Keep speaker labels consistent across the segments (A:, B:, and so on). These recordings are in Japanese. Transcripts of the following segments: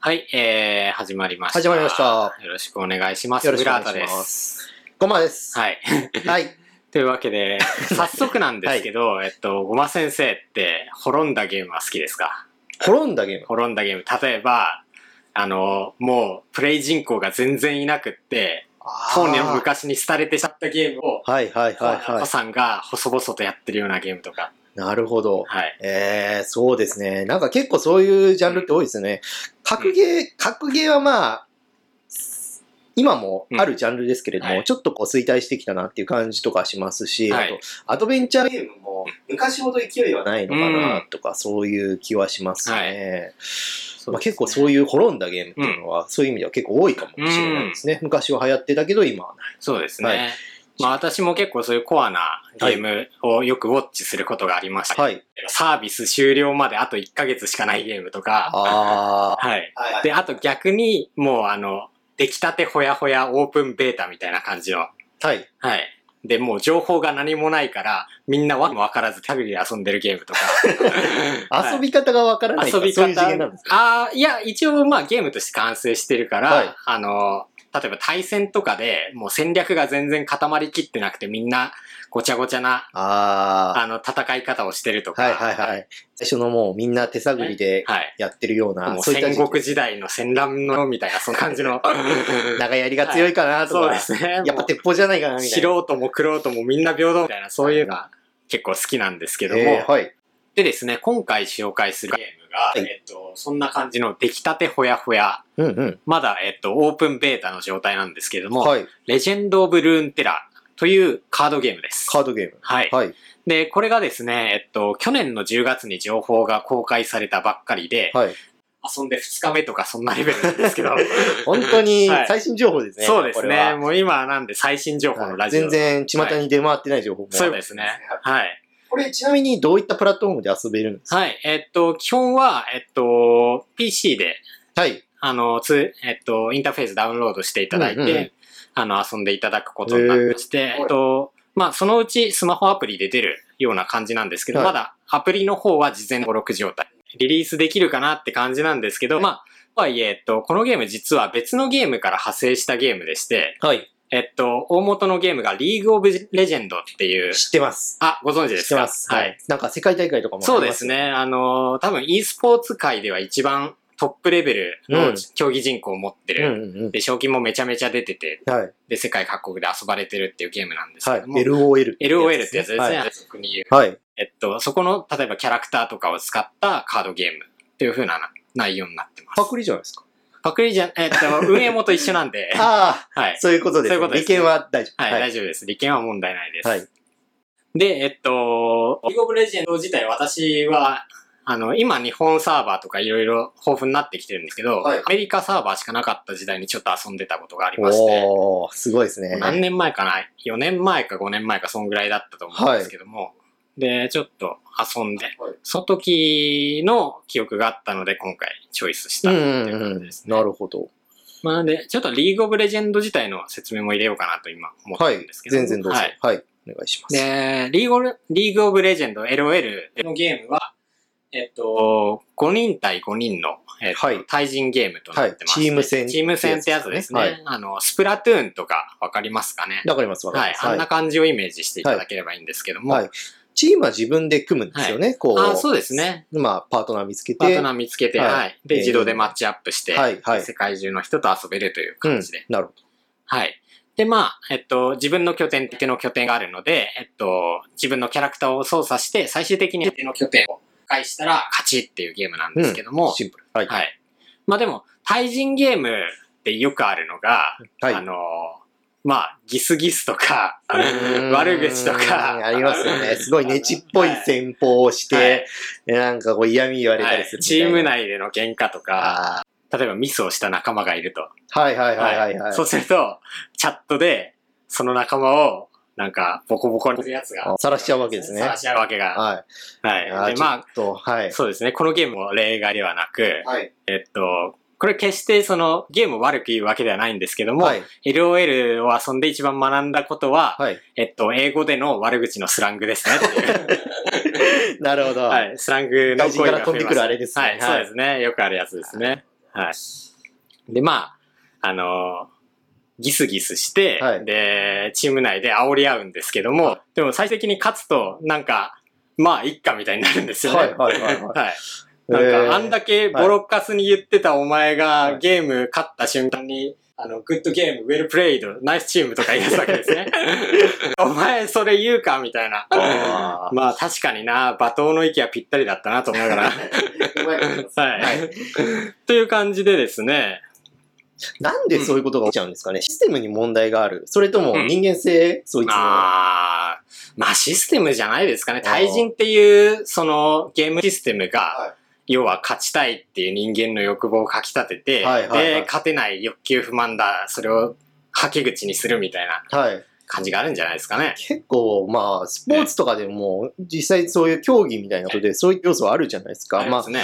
A: はい、えー、始まりました。
B: 始まりました。
A: よろしくお願いします。
B: よろしくお願
A: ブラータ
B: い
A: で。
B: しますごまです。
A: はい。
B: はい。
A: というわけ で、早速なんですけど、えっと、ごま先生って、滅んだゲームは好きですか
B: 滅んだゲーム。
A: 滅んだゲーム、例えば、あの、もう、プレイ人口が全然いなくって、当年
B: 向か
A: 昔に廃れてしまったゲームを、
B: はいはいはい
A: お子
B: は
A: さんが細々とやってるようなゲームとか。
B: い。なるほど。
A: はい。
B: えー、そうですね。なんか結構そういうジャンルって多いですよね。格ゲー、格ゲーはまあ、今もあるジャンルですけれども、
A: うんはい
B: ちょっとこう衰退してきたなっていう感じとかしますし、
A: はい
B: あと、アドベンチャーゲームも昔ほど勢いはないのかなとか、そういう気はしますね。
A: はい
B: まあ、結構そう
A: う。
B: いう滅んだゲームっていうのは、そういう意味では結構多いかもしれないですね。昔は流行ってたけど、今はない。
A: そうですね。
B: はい
A: まあ私も結構そういうコアなゲームをよくウォッチすることがありましたけど
B: はい。
A: サービス終了まであと1ヶ月しかないゲームとか、
B: あ
A: はい。
B: あ。
A: で、あと逆に、もうあの、出来たてほやほやオープンベータみたいな感じの、
B: はい。
A: はい。で、もう情報が何もないから、みんなわけもわからず旅で遊んでるゲー ムとか。
B: 遊び方がわからない
A: 遊
B: から
A: び
B: そういう次
A: 方
B: 元なんですか
A: ああ、いや、一応まあゲームとして完成してるから、
B: はい
A: あの、例えば対戦とかでもう戦略が全然固まりきってなくてみんなごちゃごちゃな、
B: あ
A: あの、戦い方をしてると
B: あ。
A: か。
B: はいはいはい。最初のもうみんな手探りで
A: はい。
B: やってるような、
A: もう
B: そういった
A: 戦
B: 時
A: 国時代の戦乱のみたいな、その感じ の。
B: 長槍が強いかなと
A: そう
B: か
A: で、す ね。
B: やっぱ鉄砲じゃないかなみたいな。
A: 素人も玄人もみんな平等みたいな、そういうのが結構好きなんですけども。
B: えーはい。
A: でですね、今回紹介するゲームが、
B: はい
A: えっと、そんな感じの出来たてほやほや。
B: うんうん。
A: まだ、えっと、オープンベータの状態なんですけども、
B: はい。
A: レジェンド・オブ・ルーン・テラーというカードゲームです。
B: カードゲーム。
A: はい。
B: はい。
A: で、これがですね、えっと、去年の10月に情報が公開されたばっかりで、
B: はい。
A: 遊んで2日目とかそんなレベルなんですけど、
B: 本当に
A: はい
B: 最新情報ですね。
A: そうです
B: これは
A: ね。もう今なんで最新情報のラジオ。
B: 全然巷に出回ってない情報も。
A: そうですね。はい。
B: これちなみにどういったプラットフォームで遊べるんですか
A: はい。えっと、基本は、えっと、PC で、
B: はい。
A: あの、つ、えっと、インターフェースダウンロードしていただいて、
B: うんうんうん
A: あの、遊んでいただくことになってまして、
B: ー
A: えっと、まあ、そのうちスマホアプリで出るような感じなんですけど、
B: はい
A: まだアプリの方は事前登録状態。リリースできるかなって感じなんですけど、まあ、とはいえ、えっと、このゲーム実は別のゲームから派生したゲームでして、
B: はい。
A: えっと、大元のゲームがリーグオブレジェンドっていう、
B: 知ってます。
A: あ、ご存知で
B: 知っ
A: す
B: て
A: か
B: ます。
A: は
B: はいい。。なんか世界大会とかもあります
A: そうです
B: よ。
A: ね。あのー、多分 e スポーツ界では一番トップレベル
B: う
A: の
B: ん
A: 競技人口を持って
B: う
A: る。
B: んうん
A: で、賞金もめちゃめちゃ出てて、
B: うん。はい。
A: で、世界各国で遊ばれてるっていうゲームなんです
B: は
A: け
B: い。
A: ども、
B: LOL ってやつ
A: LOL ってやつですね。
B: はい。
A: 俗に言う
B: はい。
A: えっと、そこの、例えばキャラクターとかを使ったカードゲームっていう風な内容になってます。
B: パクリじゃないですか。、
A: パクリじゃ、えっと、運営もと一緒なんでは
B: ああ、
A: い。
B: そういうことです
A: そ
B: ね。
A: ういうことです
B: 利権は大丈夫。
A: はい、大丈夫です。利権は問題ないです。
B: はい
A: で、えっと、リーグオブレジェンド自体私は、あの、今日本サーバーとかいろいろ豊富になってきてるんですけど、
B: はい
A: アメリカサーバーしかなかった時代にちょっと遊んでたことがありまして、
B: おー、すごいですね。
A: 何年前かな ?4 年前か5年前かそんぐらいだったと思うんですけども、で、ちょっと遊んで、
B: はい
A: その時の記憶があったので今回チョイスし
B: う
A: たって
B: ん
A: いう
B: う
A: 感
B: ん
A: じ
B: う
A: で
B: ん
A: す。ね。
B: なるほど。
A: まあ、で、ちょっとリーグオブレジェンド自体の説明も入れようかなと今思って
B: は
A: るん
B: い
A: です。けども、
B: 全然どうぞ
A: はい。
B: はい。お願いします。
A: で、リーグオルリーグオブレジェンド LOL のゲームは、えっと、5人対5人の、えっと
B: はい
A: 対人ゲームとなってます、
B: はいチーム戦
A: チーム戦ってやつですね。
B: はい
A: あの、スプラトゥーンとかわかりますかね
B: わかります、わか
A: は
B: り
A: い
B: ま。す。
A: あん
B: は。
A: ない感じをイメージしていただければいいんですけども。
B: はいチームは自分で組むんですよね、こう。
A: あそうです。ね。
B: まあ、パートナー見つけて。
A: パートナー見つけて、
B: はい
A: はい。で、
B: えー
A: 自動でマッチアップして、
B: はい、はい。
A: 世界中の人と遊べるという
B: う
A: 感
B: ん
A: じで。。
B: なるほ
A: はい。で、まあ、えっと、自分の拠点、手の拠点があるので、えっと、自分のキャラクターを操作して、最終的に手の拠点を破壊したら勝ちっていうゲームなんですけども、
B: ど。シンプル。はい。
A: はい。まあでも、対人ゲームってよくあるのが、
B: はい
A: あの、まあ、ギスギスとか、
B: うー ん
A: 悪口とか、
B: ありますよね。すごいネチっぽい戦法をし
A: はい
B: て、なんかこう嫌味言われ
A: は
B: たり
A: い
B: するみた
A: チ
B: いな。
A: ーム内での喧嘩とか、
B: あ
A: 例えばミスをした仲間がいると。
B: ーはいはいはいはいはい。
A: そうすると、チャットで、その仲間を、なんか、ボコボコにするやつが
B: あ、晒しちゃうわけですね
A: 晒しちゃうわけが
B: は
A: はい。
B: い。
A: で、ま
B: あー、ちょっと、はい
A: あ、。そうですね。このゲームも例外ではなく、
B: はい。
A: えっと、これ決してそのゲームを悪く言うわけではないんですけども、
B: はい。
A: LOL を遊んで一番学んだことは、
B: はい。
A: えっと、英語での悪口のスラングですねっていう。
B: なるほど。
A: はい。スラングの
B: 外人
A: 声
B: か
A: が
B: ら飛んでくるあれですね
A: はい、
B: はい
A: そうですね。よくあるやつですね。はい。で、まあ、あのーギスギスして、
B: はい
A: で、チーム内で煽り合うんですけども、でも最終的に勝つと、なんか、まあ、一家みたいになるんですよね。
B: はいはいはいはい
A: なん
B: えー
A: か、あんだけボロッカスに言ってたお前が、ゲーム勝った瞬間に、あの、グッドゲーム、ウェルプレイド、ナイスチームとか言い出すわけです ね。お前、それ言うかみたいな。
B: あ
A: まあ、確かにな、罵倒の息はぴったりだったなと思 いながら。
B: ー
A: はい。という感じでですね。
B: なんでそういうことが起きちゃうんですかね、システムに問題があるそれとも人間性、そいつの。
A: まあ、まあシステムじゃないですかね。対人っていう、そのゲームシステム
B: は
A: が、要は勝ちたいっていう人間の欲望をかき立てて、
B: はいはいはい
A: で、勝てない欲求不満だ、それをはけ口にするみたいな
B: はい。
A: 感じがあるんじゃないですかね。
B: 結構、まあ、スポーツとかでも、実際そういう競技みたいなことで、そういう要素はあるじゃないですか。
A: り
B: ま
A: ま
B: あ
A: す、ね。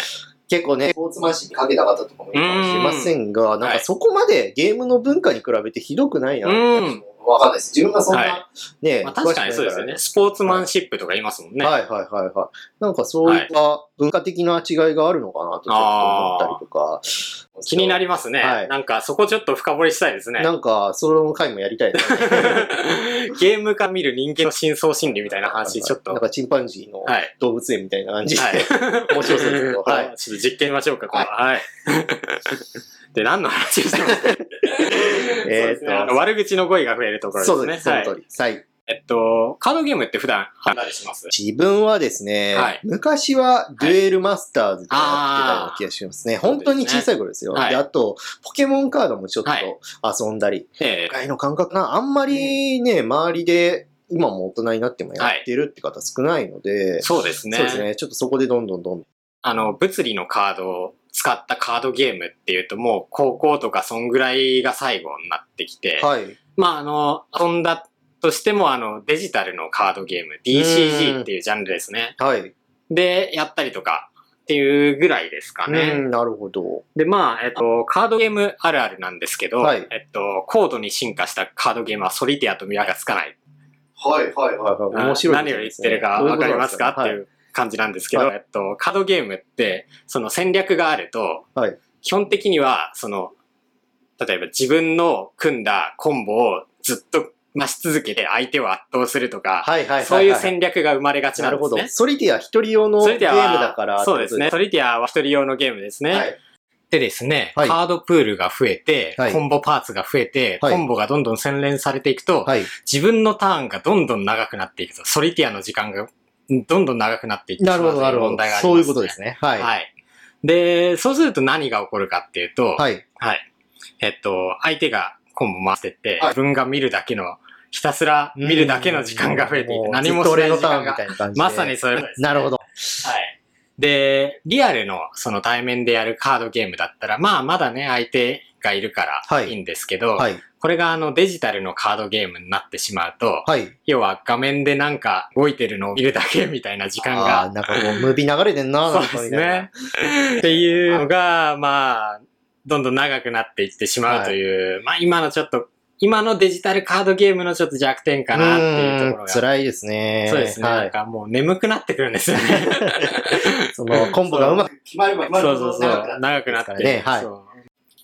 B: 結構ね、スポーツマンシーにかけた方とかもいるかもしれませんが、なん
A: は
B: か
A: い
B: そこまでゲームの文化に比べてひどくないな。
A: うん。
B: わかんないです。自分がそんな、
A: は
B: ね、
A: まあ、確かにそうですよね。
B: 詳し
A: スポーツマンシップとか言いますもん
B: く
A: ね。
B: ないから。はいはいはいはい。なんかそういった文化的な違いがあるのかなとちょっと思ったりとか。
A: 気にな
B: り
A: りますね、
B: はい
A: なんかそこちょっと深掘りしたいですね。
B: なんか、その回もやりた いですね。
A: ゲームが見る人間の深層心理みたいな話、ちょっと。
B: なん
A: は
B: かチンパンジーの
A: い。
B: 動物園みたいな感じで。
A: はい。
B: 面白そうですけどはい
A: はい。ちょっと実験しましょうか、これは。はい。で、何の話をして ますか
B: えーっ
A: そうですねあの
B: と、
A: 悪口の声が増えるところですね。
B: そうです、その通
A: はい。
B: り。はい。
A: えっと、カードゲームって普段、あったりします
B: 自分はですね、
A: はい
B: 昔はデュエルマスターズとかやってたような気がしますね。本当に小さい頃ですよ。
A: はい
B: であと、ポケモンカードもちょっと
A: はい
B: 遊んだり。
A: え
B: ぐらいの感覚な、あんまりね、周りで、今も大人になってもやってるって方少ないので、
A: えそうですね。
B: そうですね。ちょっとそこでどんどんどんどん。
A: あの、物理のカードを使ったカードゲームっていうと、もう高校とかそんぐらいが最後になってきて、
B: はい。
A: まあ、あの、遊んだとしても、あの、デジタルのカードゲーム、DCG っていうジャンルですね。
B: はい。
A: で、やったりとかっていうぐらいですかね。
B: うん、なるほど。
A: で、まあ、えっと、カードゲームあるあるなんですけど、
B: はい
A: えっと、高度に進化したカードゲームはソリティアと見分がつかない。
B: はいはいはい。面白い、
A: 何を言ってるかわかりますか
B: どう
A: って
B: いう
A: いう感じなんですけど、
B: はい
A: えっと、カードゲームって、その戦略があると、
B: はい
A: 基本的には、その、例えば自分の組んだコンボをずっと増し続けて相手を圧倒するとか、
B: はいはいはいはい。
A: そういう戦略が生まれがちな
B: な
A: ん
B: る
A: で
B: ほ
A: す
B: ど
A: ね。。
B: ソリティア一人用の
A: ソ
B: ゲー
A: リ
B: ム
A: ティア
B: だから。
A: は、そうですね。
B: っ
A: ソ
B: て
A: リティアは一人用のゲームです
B: こと
A: ね。
B: で。はい
A: でですね、
B: はい
A: カードプールが増えて、
B: はい
A: コンボパーツが増えて、
B: はい
A: コンボがどんどん洗練されていくと、
B: はい。
A: 自分のターンがどんどん長くなっていくと、ソリティアの時間がどんどん長くなっていってしま
B: な
A: う
B: るほど、
A: と
B: ないる
A: う
B: ほ
A: 問
B: ど
A: 題があ。ります、
B: そういうことで。すね。はい。は
A: はい。で、そうすると何が起こるかっていうと、はい。
B: い。
A: えっと、相手がコンボ回してって、
B: はい
A: 自分が見るだけの、ひたすら見るだけの時間が増えていて、
B: うん
A: 何もしない
B: ずっ
A: 時間
B: と俺のターンみ
A: が。
B: たいな感じで。
A: まさにそういうことです、ね。
B: なるほど。
A: はい。で、リアルのその対面でやるカードゲームだったら、まあまだね、相手がいるか
B: は
A: ら
B: い
A: いいんですけど、
B: はい。
A: これがあのデジタルのカードゲームになってしまうと、
B: はい。
A: 要は画面でなんか動いてるのを見るだけみたいな時間
B: ああ
A: が、
B: ー、なんかこう、ムービー流れてんな、
A: そ
B: な
A: うんで
B: かみ
A: す
B: たいな。
A: ね。 っていうのが、まあ、どんどん長くなっていってしまうという、まあ今のちょっと、今のデジタルカードゲームのちょっと弱点かなっていうところ
B: ん
A: が。
B: 辛いですね。
A: そうですね、
B: は
A: なん
B: い。
A: かもう眠くなってくるんですよね。
B: その、コンボがうまく決 まれば決
A: そうそうそう。
B: 長くなる
A: 長くなって
B: ですからねはい
A: そ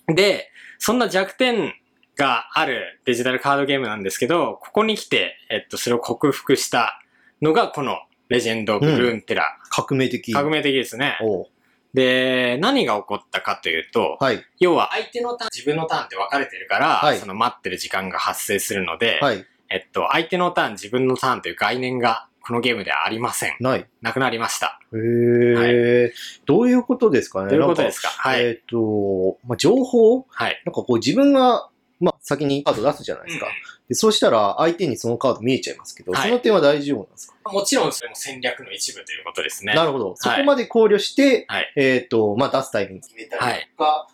A: うで、そんな弱点があるデジタルカードゲームなんですけど、ここに来て、えっと、それを克服したのが、この、レジェンド・オブ・ルーンテラ。
B: 革命的。
A: 革命的ですね。
B: おう
A: で、何が起こったかというと、
B: はい。
A: 要は相手のターン、自分のターンって分かれてるから、
B: はい
A: その待ってる時間が発生するので、
B: はい。
A: えっと、相手のターン、自分のターンという概念が、このゲームではありません。
B: ない。
A: なくなりました。
B: へえ。どういうことですかね
A: ということ
B: なん
A: です
B: か
A: かはい。
B: えっと、まあ、情報
A: はい。
B: なんかこう自分が、まあ、先にカード出すじゃないですか。でそうしたら相手にそのカード見えちゃいますけど、
A: はい
B: その点は大丈夫なんですか、
A: もちろんそれも戦略の一部ということですね。
B: なるほど。そこまで考慮して、
A: はい
B: えっ、と、まあ、出すタイミング決めたりとか、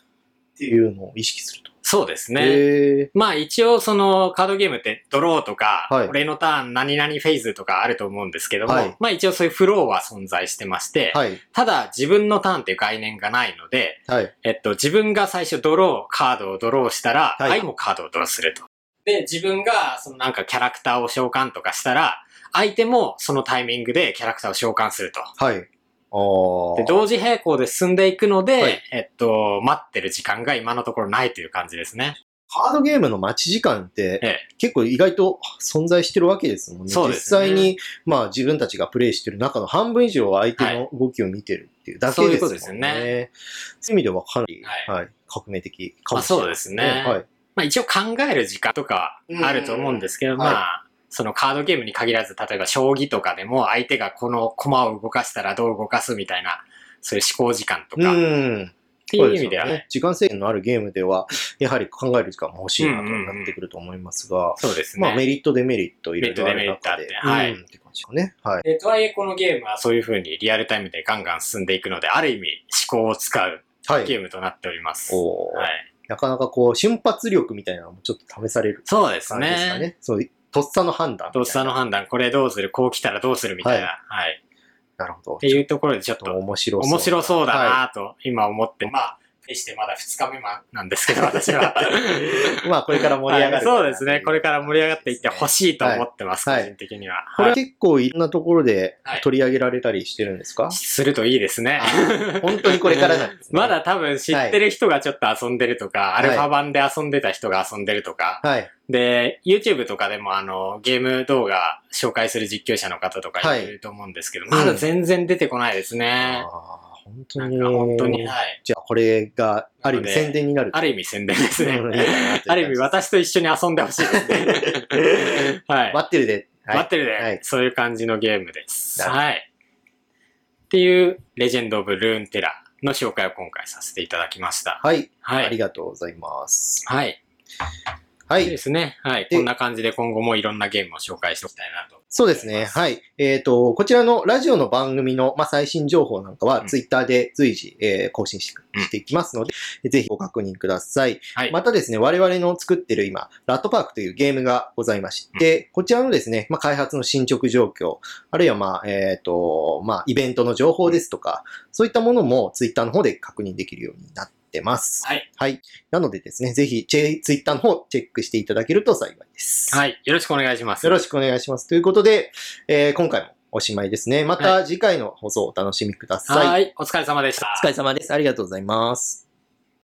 B: っていうのを意識すると。
A: そうです
B: へ
A: ね。
B: え
A: まあ一応そのカードゲームってドローとか、
B: はい
A: 俺のターン何々フェーズとかあると思うんですけども、
B: はい
A: まあ一応そういうフローは存在してまして、
B: はい。
A: ただ自分のターンっていう概念がないので、
B: はい。
A: えっと自分が最初ドロー、カードをドローしたら、
B: はい
A: 相手もカードをドローすると。で、自分がそのなんかキャラクターを召喚とかしたら、相手もそのタイミングでキャラクターを召喚すると。
B: はい。あ
A: で、同時並行で進んでいくので、
B: はい
A: えっと、待ってる時間が今のところないという感じですね。
B: ハードゲームの待ち時間っ
A: え
B: て
A: え、
B: 結構意外と存在してるわけですもんね。
A: そう
B: 実
A: ですね
B: 際に、まあ自分たちがプレイしてる中の半分以上は相手の動きを見てるっていうだけ
A: そうい
B: で
A: う
B: す
A: こ
B: もん
A: と
B: ね。
A: ですよ
B: そ
A: ね
B: ういう意味ではかなり、
A: はい
B: はい、革命的かもしれな
A: まあそ
B: い
A: うですね
B: はい。
A: まあ一応考える時間とかあると思うんですけど、
B: ん
A: まあ、そのカードゲームに限らず、例えば将棋とかでも相手がこの駒を動かしたらどう動かすみたいな、そういう思考時間と
B: う
A: か、っ
B: ん。
A: ていう意味では
B: そうすよ
A: ね。
B: 時間制限のあるゲームでは、やはり考える時間も欲しいなとなってくると思いますが、
A: そうですね。
B: まあメリット、デメリット、いろいろある中で
A: メリットデメリットあってはい
B: うんって感じかね。はい。
A: でとはいえこのゲームはそういう風にリアルタイムでガンガン進んでいくので、ある意味思考を使う
B: はい。
A: ゲームとなっております。は
B: こう
A: い。
B: なかなかこう、瞬発力みたいなのもちょっと試される
A: そうです
B: 感じですか
A: ね。
B: ね。そう、とっさの判断みたいな。
A: とっさの判断、これどうする、こう来たらどうするみたいな、はい。
B: なるほど。
A: っていうところでちょっ
B: ちょっと
A: と
B: 面白そう。
A: 面白そうだ
B: は
A: なぁと今思って、まあ、決してまだ2日目まなんです けど、私は。
B: い。まあ、これから盛り上がる。
A: はいそうですね。これから盛り上がっていってほ
B: い。
A: しいと思ってます、
B: はい
A: 個人的には。
B: これは結構いろんなところで
A: はい
B: 取り上げられたりしてるんですか、
A: するといいですね。
B: あ本当にこれからなんです、ね。
A: ま。だ多分知ってる人がちょっと遊んでるとか、ア
B: い
A: ルファ版で遊んでた人が遊んでるとか、
B: はい。
A: で、YouTube とかでもあの、ゲーム動画紹介する実況者の方とかいると思うんですけど、
B: は
A: ま
B: い
A: だ全然出てこないですね
B: あ。あ、本当
A: なん
B: に。
A: か本当に、はい。
B: じゃあ、これが、ある意
A: な
B: 味
A: ので
B: 宣伝になる。
A: ある意味宣伝ですね
B: うんいいかなっていう感じです。
A: ある意味私と一緒に遊んでほしいです ね。はい。
B: 待ってるで。はい
A: 待ってるで、
B: はい
A: そういう感じのゲームです。
B: なる
A: はい。っていう、レジェンド・オブ・ルーン・テラーの紹介を今回させていただきました。
B: はい。
A: は
B: あり
A: い。
B: がとうございます。
A: はい。
B: は
A: そう
B: い
A: で。すね。はい。
B: で
A: こんな感じで今後もいろんなゲームを紹介しておきたいなと。
B: そうですね。はい。えっ、と、こちらのラジオの番組の、まあ、最新情報なんか
A: う
B: は、
A: ん
B: ツイッターで随時、えー更新し
A: うん
B: していきますので、ぜひご確認ください。
A: はい
B: またですね、我々の作ってる今、ラットパークというゲームがございまして、こちらのですね、まあ、開発の進捗状況、あるいは、まあ、えっ、と、まあ、イベントの情報ですとか、そういったものもツイッターの方で確認できるようになってます。
A: はい。
B: はい。なのでですね、ぜひ、チェツイッターの方、チェックしていただけると幸いです。
A: はい。よろしくお願いします。
B: よろ
A: しく。
B: しくお願いします。ということで、えー今回もおしまいですね。また次回の放送をお楽しみください。
A: はい。お疲れ様でした。
B: お疲れ様です。ありがとうございます。